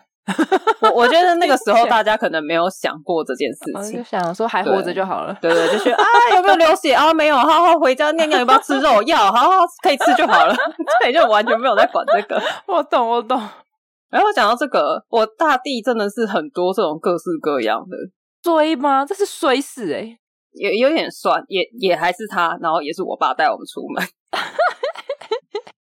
Speaker 1: 我我觉得那个时候大家可能没有想过这件
Speaker 2: 我
Speaker 1: 事
Speaker 2: 哦
Speaker 1: 情。
Speaker 2: 就想说还活着就好了。
Speaker 1: 对对，就觉得啊，有没有流血啊？没有，好好回家尿尿，要不要吃肉？要，好好可以吃就好了。 对，就完全没有在管这个。
Speaker 2: 我懂，我懂。
Speaker 1: 然后讲到这个，我大弟真的是很多这种各式各样的，
Speaker 2: 追吗？这是衰事哎、
Speaker 1: 也有点算，也也还是他，然后也是我爸带我们出门。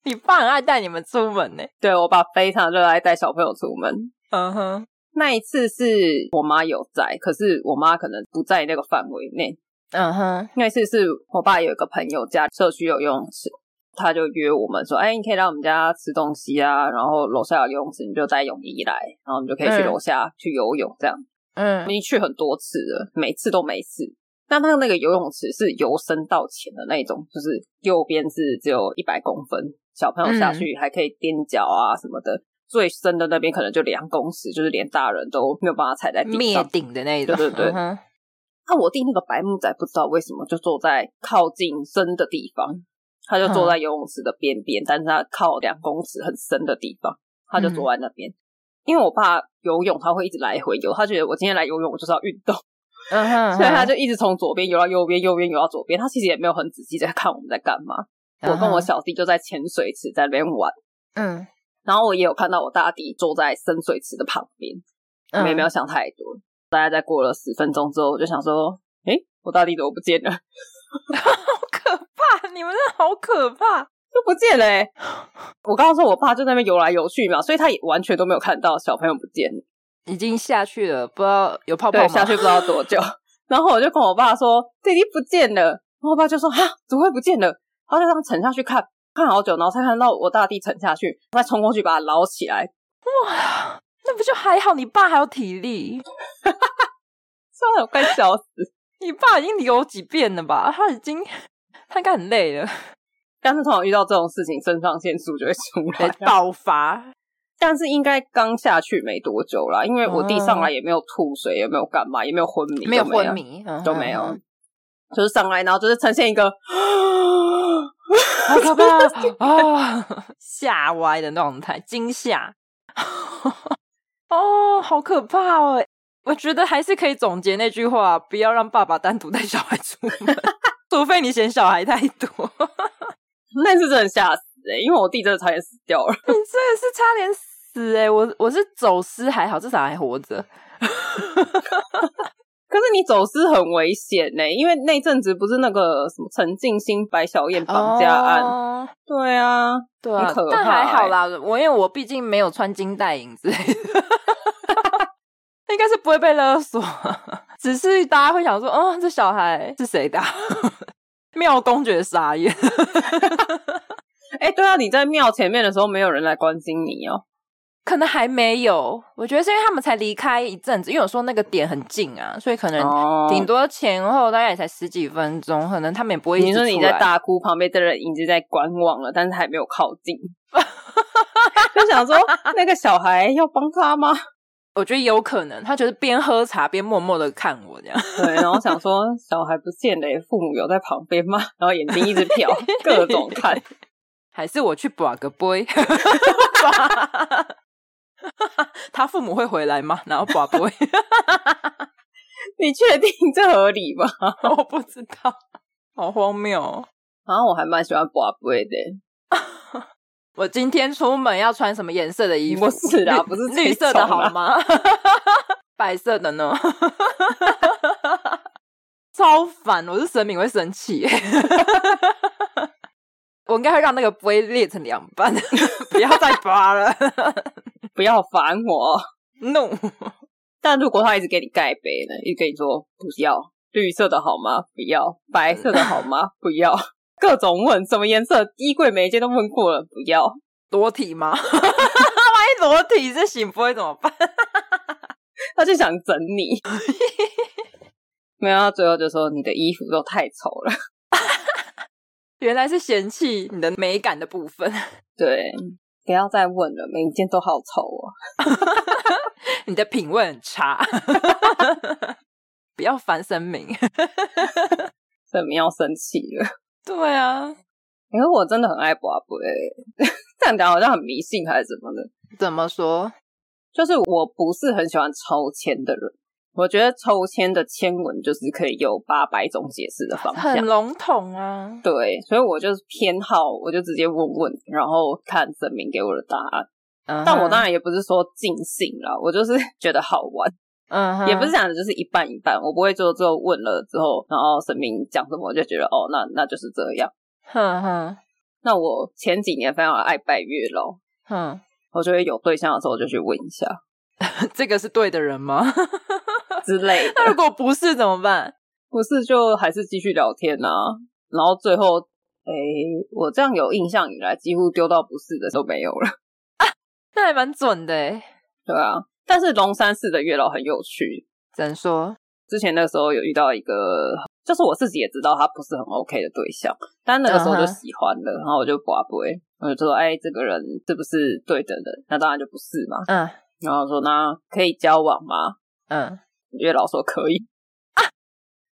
Speaker 2: 你爸很爱带你们出门欸呢、
Speaker 1: 对我爸非常热爱带小朋友出门。
Speaker 2: 嗯哼，
Speaker 1: 那一次是我妈有在，可是我妈可能不在那个范围内。
Speaker 2: 嗯哼，
Speaker 1: 那一次是我爸有一个朋友家社区有游泳池，他就约我们说：“哎，你可以来我们家吃东西啊，然后楼下有游泳池，你就带泳衣来，然后你就可以去
Speaker 2: 嗯
Speaker 1: 楼下去游泳。”这样，我
Speaker 2: 嗯
Speaker 1: 们，已经去很多次了，每次都没事。但他那个游泳池是由深到浅的那一种，就是右边是只有一百公分，小朋友下
Speaker 2: 嗯
Speaker 1: 去还可以踮脚啊什么的。最深的那边可能就两公尺，就是连大人都没有办法踩在地
Speaker 2: 灭
Speaker 1: 上。
Speaker 2: 顶的那一种。
Speaker 1: 对对对
Speaker 2: 嗯哼
Speaker 1: 那、我弟那个白木仔不知道为什么就坐在靠近深的地方，他就
Speaker 2: 嗯
Speaker 1: 坐在游泳池的边边，但是他靠两公尺很深的地方，他就
Speaker 2: 嗯
Speaker 1: 坐在那边。因为我爸游泳，他会一直来回游，他觉得我今天来游泳，我就是要运动。
Speaker 2: 嗯哼，
Speaker 1: 所以他
Speaker 2: 嗯哼
Speaker 1: 就一直从左边游到右边，右边游到左边。他其实也没有很仔细在看我们在干嘛。我跟我，小弟就在潜水池在那边玩，
Speaker 2: 嗯
Speaker 1: 然后我也有看到我大弟坐在深水池的旁边，我
Speaker 2: 哼，
Speaker 1: 们也没
Speaker 2: 有
Speaker 1: 有想太多。大概在过了十分钟之后，我就想说，诶、我大弟怎么不见了？
Speaker 2: 可怕，你们真的好可怕。
Speaker 1: 就不见了、欸。我刚刚说我爸就在那边游来游去嘛，所以他也完全都没有看到小朋友不见了。
Speaker 2: 已经下去了，不知道有泡泡
Speaker 1: 对，
Speaker 2: 吗？
Speaker 1: 下去不知道多久。 然后我就跟我爸说：“弟弟不见了。”然后我爸就说：“哈，怎么会不见了？”他就这样沉下去看，看好久，然后才看到我大弟沉下去，再冲过去把他捞起来，
Speaker 2: 哇，那不就还好？你爸还有体力，
Speaker 1: 真的我快笑死。
Speaker 2: 你爸已经游几遍了吧？他已经 他应该很累了，
Speaker 1: 但是通常遇到这种事情，肾上腺素就会出
Speaker 2: 得
Speaker 1: 来。
Speaker 2: 爆发。
Speaker 1: 但是应该刚下去没多久啦，因为我弟
Speaker 2: 哦
Speaker 1: 上来也没有吐水，也没有干嘛，也没有昏迷，
Speaker 2: 没有
Speaker 1: 都
Speaker 2: 昏迷，嗯
Speaker 1: 都没，有
Speaker 2: 嗯，
Speaker 1: 就是上来，然后就是呈现一个
Speaker 2: 好可 怕啊！ 吓歪的状态，惊吓。 哦，好可怕哦！我觉得还是可以总结那句话：不要让爸爸单独 带小孩出门，除非你嫌小孩太多。
Speaker 1: 那次真的吓死哎、因为我弟真的差点死掉了。
Speaker 2: 你真的嗯是差点死哎、我我是走失还好，至少还活着。
Speaker 1: 可是你走失很危险呢、因为那阵子不是那个什么陈静心、白小燕绑架案，
Speaker 2: 哦
Speaker 1: 对啊，
Speaker 2: 对啊
Speaker 1: 很可，
Speaker 2: 但
Speaker 1: 怕
Speaker 2: 还好
Speaker 1: 欸
Speaker 2: 啦，我因为我毕竟没有穿金戴银之类的， 应该是不会被勒索。只是大家会想说，哦，这小孩是谁的啊？ 妙公爵傻眼，
Speaker 1: 哎、对啊，你在庙前面的时候，没有人来关心你哦、
Speaker 2: 可能还没有。我觉得是因为他们才离开一阵子，因为我说那个点很近啊，所以可能
Speaker 1: 哦
Speaker 2: 顶多前后大概也才十几分钟，可能他们也不会一直
Speaker 1: 你说你
Speaker 2: 出
Speaker 1: 在
Speaker 2: 来
Speaker 1: 大哭，旁边的人已经在观望了，但是还没有靠 近，就想说那个小孩要帮他吗？
Speaker 2: 我觉得有可能，他就是边喝茶边默默的看我这样。
Speaker 1: 对，然后想说小孩不见了，父母有在旁边吗？然后眼睛一直 瞟，各种看。
Speaker 2: 还是我去把个 boy，他父母会回来吗？然后把 boy，
Speaker 1: 你确定这合理吗？
Speaker 2: 我不知道，好荒谬、哦！
Speaker 1: 然后我还蛮喜欢卜龟的，
Speaker 2: 我今天出门要穿什么颜色的衣服？
Speaker 1: 不是啦
Speaker 2: 绿
Speaker 1: 不是这
Speaker 2: 绿色的
Speaker 1: 种
Speaker 2: 好
Speaker 1: 啦
Speaker 2: 吗？ 白色的呢？ 超烦！我是神明会生气。 我应该会让那个 boy 裂成两半， 不要再拔了，
Speaker 1: 不要烦我。
Speaker 2: 怒、
Speaker 1: 但如果他一直给你盖杯呢，一直跟你说不要绿色的好吗？不要白色的好吗？ 不要。各种问什么颜色，衣柜每一件都问过了，不要。
Speaker 2: 裸体 吗？万一裸体是醒不会怎么办？
Speaker 1: 他就想整你。没有，他最后就说你的衣服都太丑了。
Speaker 2: 原来是嫌弃你的美感的部分，
Speaker 1: 对，不要再问了，每一件都好丑哦。
Speaker 2: 你的品味很差。 不要烦神明。
Speaker 1: 怎么要生气了？
Speaker 2: 对啊，
Speaker 1: 因为我真的很爱卜卜， 这样讲好像很迷信还是什么的。
Speaker 2: 怎么说？
Speaker 1: 就是我不是很喜欢抽签的人，我觉得抽签的签文就是可以有八百种解释的方向
Speaker 2: 很。笼统啊。
Speaker 1: 对，所以我就是偏好，我就直接问问，然后看神明给我的答案。
Speaker 2: 嗯
Speaker 1: 但我当
Speaker 2: 然，
Speaker 1: 然也不是说尽兴啦，我就是 觉得好玩，
Speaker 2: 嗯哼
Speaker 1: 也不是讲的就是一半一半。我不会做之后问了之后，然后神明讲什么，我就觉得哦，那那就是这样。
Speaker 2: 哼哼
Speaker 1: 那我前几年非常爱拜月老，
Speaker 2: 哼，
Speaker 1: 我就会有对象的时候就去问一下
Speaker 2: 这个是对的人吗？
Speaker 1: 之类的，
Speaker 2: 那如果不是怎么办？
Speaker 1: 不是就还是继续聊天啊。然后最后，诶、我这样有印象以来，几乎丢到不是的都没有了。
Speaker 2: 那还蛮准的欸，
Speaker 1: 对啊，但是龙山寺的月老很有趣。
Speaker 2: 只能说，
Speaker 1: 之前那时候有遇到一个，就是我自己也知道他不是很 OK 的对象，但那个时候就
Speaker 2: 嗯哼
Speaker 1: 喜欢了然后我就拔不会，我就说，哎、这个人是不是对的人？那当然就不是嘛。
Speaker 2: 嗯
Speaker 1: 然后说，那可以交往吗？
Speaker 2: 嗯，
Speaker 1: 月老说可以，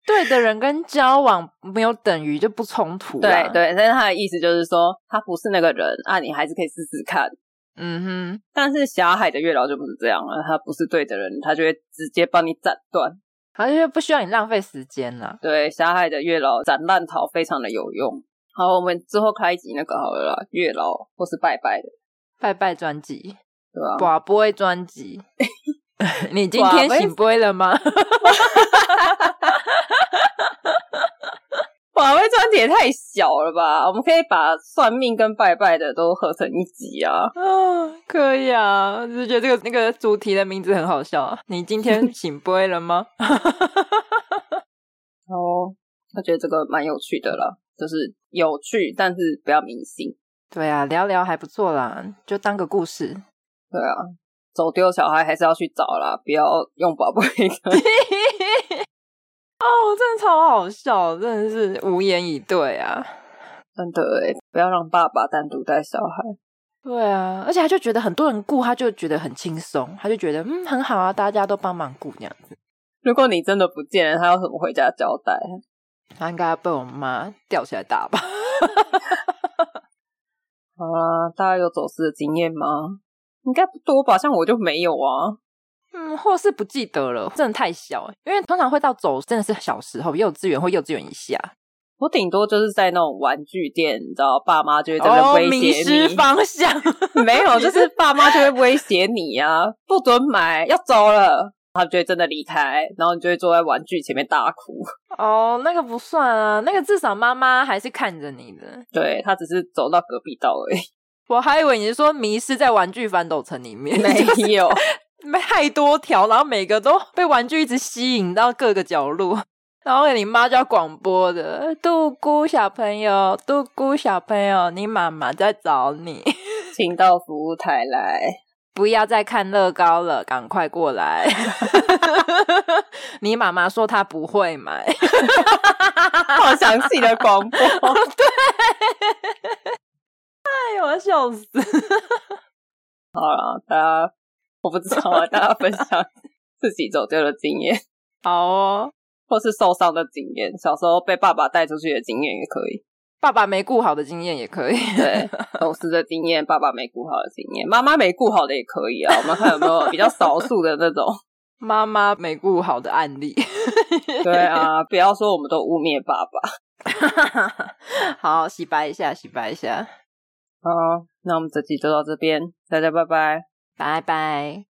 Speaker 2: 对的人跟交往没有等于就不冲突啦。
Speaker 1: 对对，但是他的意思就是说，他不是那个人啊，你还是可以试试看。
Speaker 2: 嗯哼。
Speaker 1: 但是霞海的月老就不是这样了，他不是对的人，他就会直接帮你斩断。
Speaker 2: 好像就不需要你浪费时间了。
Speaker 1: 对，霞海的月老斩烂桃非常的有用。好，我们之后开一集那个好了啦，月老或是拜拜的，
Speaker 2: 拜拜专辑，
Speaker 1: 对吧、
Speaker 2: 寡播专 辑，你今天醒播了 吗？
Speaker 1: 宝贝专辑也太小了吧？我们可以把算命跟拜拜的都合成一集啊。
Speaker 2: 啊，可以啊，我就觉得这个那个主题的名字很好笑啊。你今 天醒播了吗？
Speaker 1: 哦，我觉得这个蛮有趣的啦，就是有趣，但是不要迷信。
Speaker 2: 对啊，聊聊还不错啦，就当个故事。
Speaker 1: 对啊，走丢小孩还是要去找啦，不要用宝贝 的。
Speaker 2: 哦，真的超好笑，真的是无言以对啊。
Speaker 1: 真的哎，不要让爸爸单独带小孩。
Speaker 2: 对啊，而且他就觉得很多人顾，他就觉得很轻松，他就觉得嗯很好啊，大家都帮忙顾这样。
Speaker 1: 如果你真的不见了，他要怎么回家交代？
Speaker 2: 他应该被我妈吊起来打吧。
Speaker 1: 好啦，大家有走失的经验吗？应该不多吧，像我就没有啊。
Speaker 2: 嗯，或是不欸记得了，真的太小，因为通常会到走真的是小时候，幼稚园或幼稚园以下。
Speaker 1: 我顶多就是在那种玩具店，你知道，爸妈就会在那
Speaker 2: 哦，
Speaker 1: 威
Speaker 2: 迷
Speaker 1: 胁
Speaker 2: 失
Speaker 1: 你，
Speaker 2: 方向，
Speaker 1: 没有，就是爸妈就会威胁你啊，不准买，要走了，他们就会真的离开，然后你就会坐在玩具前面大哭。
Speaker 2: 哦，那个不算啊，那个至少妈妈还是看着你的。
Speaker 1: 对他只是走到隔壁道而已，
Speaker 2: 我还以为你是说迷失在玩具反斗城里面，就 是
Speaker 1: 没有。
Speaker 2: 太多条，然后每个都被玩具一直吸引到各个角落。然后你妈就要广播的，杜姑小朋友，杜姑小朋友，你妈妈在找你，
Speaker 1: 请到服务台来。
Speaker 2: 不要再看乐高了，赶快过来。你妈妈说她不会买，
Speaker 1: 好详细的广播，
Speaker 2: 哎呦，我要笑死！
Speaker 1: 大家呃我不知道啊，大家分享自己走丢的经验，
Speaker 2: 好哦，
Speaker 1: 或是受伤的经验， 小时候被爸爸带出去的经验也可以。
Speaker 2: 爸爸没顾好的经验也可以。
Speaker 1: 对，同事的经验，爸爸没顾好的经验，妈妈没顾好的也可以啊。我们看有没有比较少数的那种。
Speaker 2: 妈妈没顾好的案例。
Speaker 1: 对啊，不要说我们都污蔑爸爸。
Speaker 2: 好，洗白一下，洗白一下，
Speaker 1: 好，那我们这集就到这边，大家拜拜。
Speaker 2: 拜拜。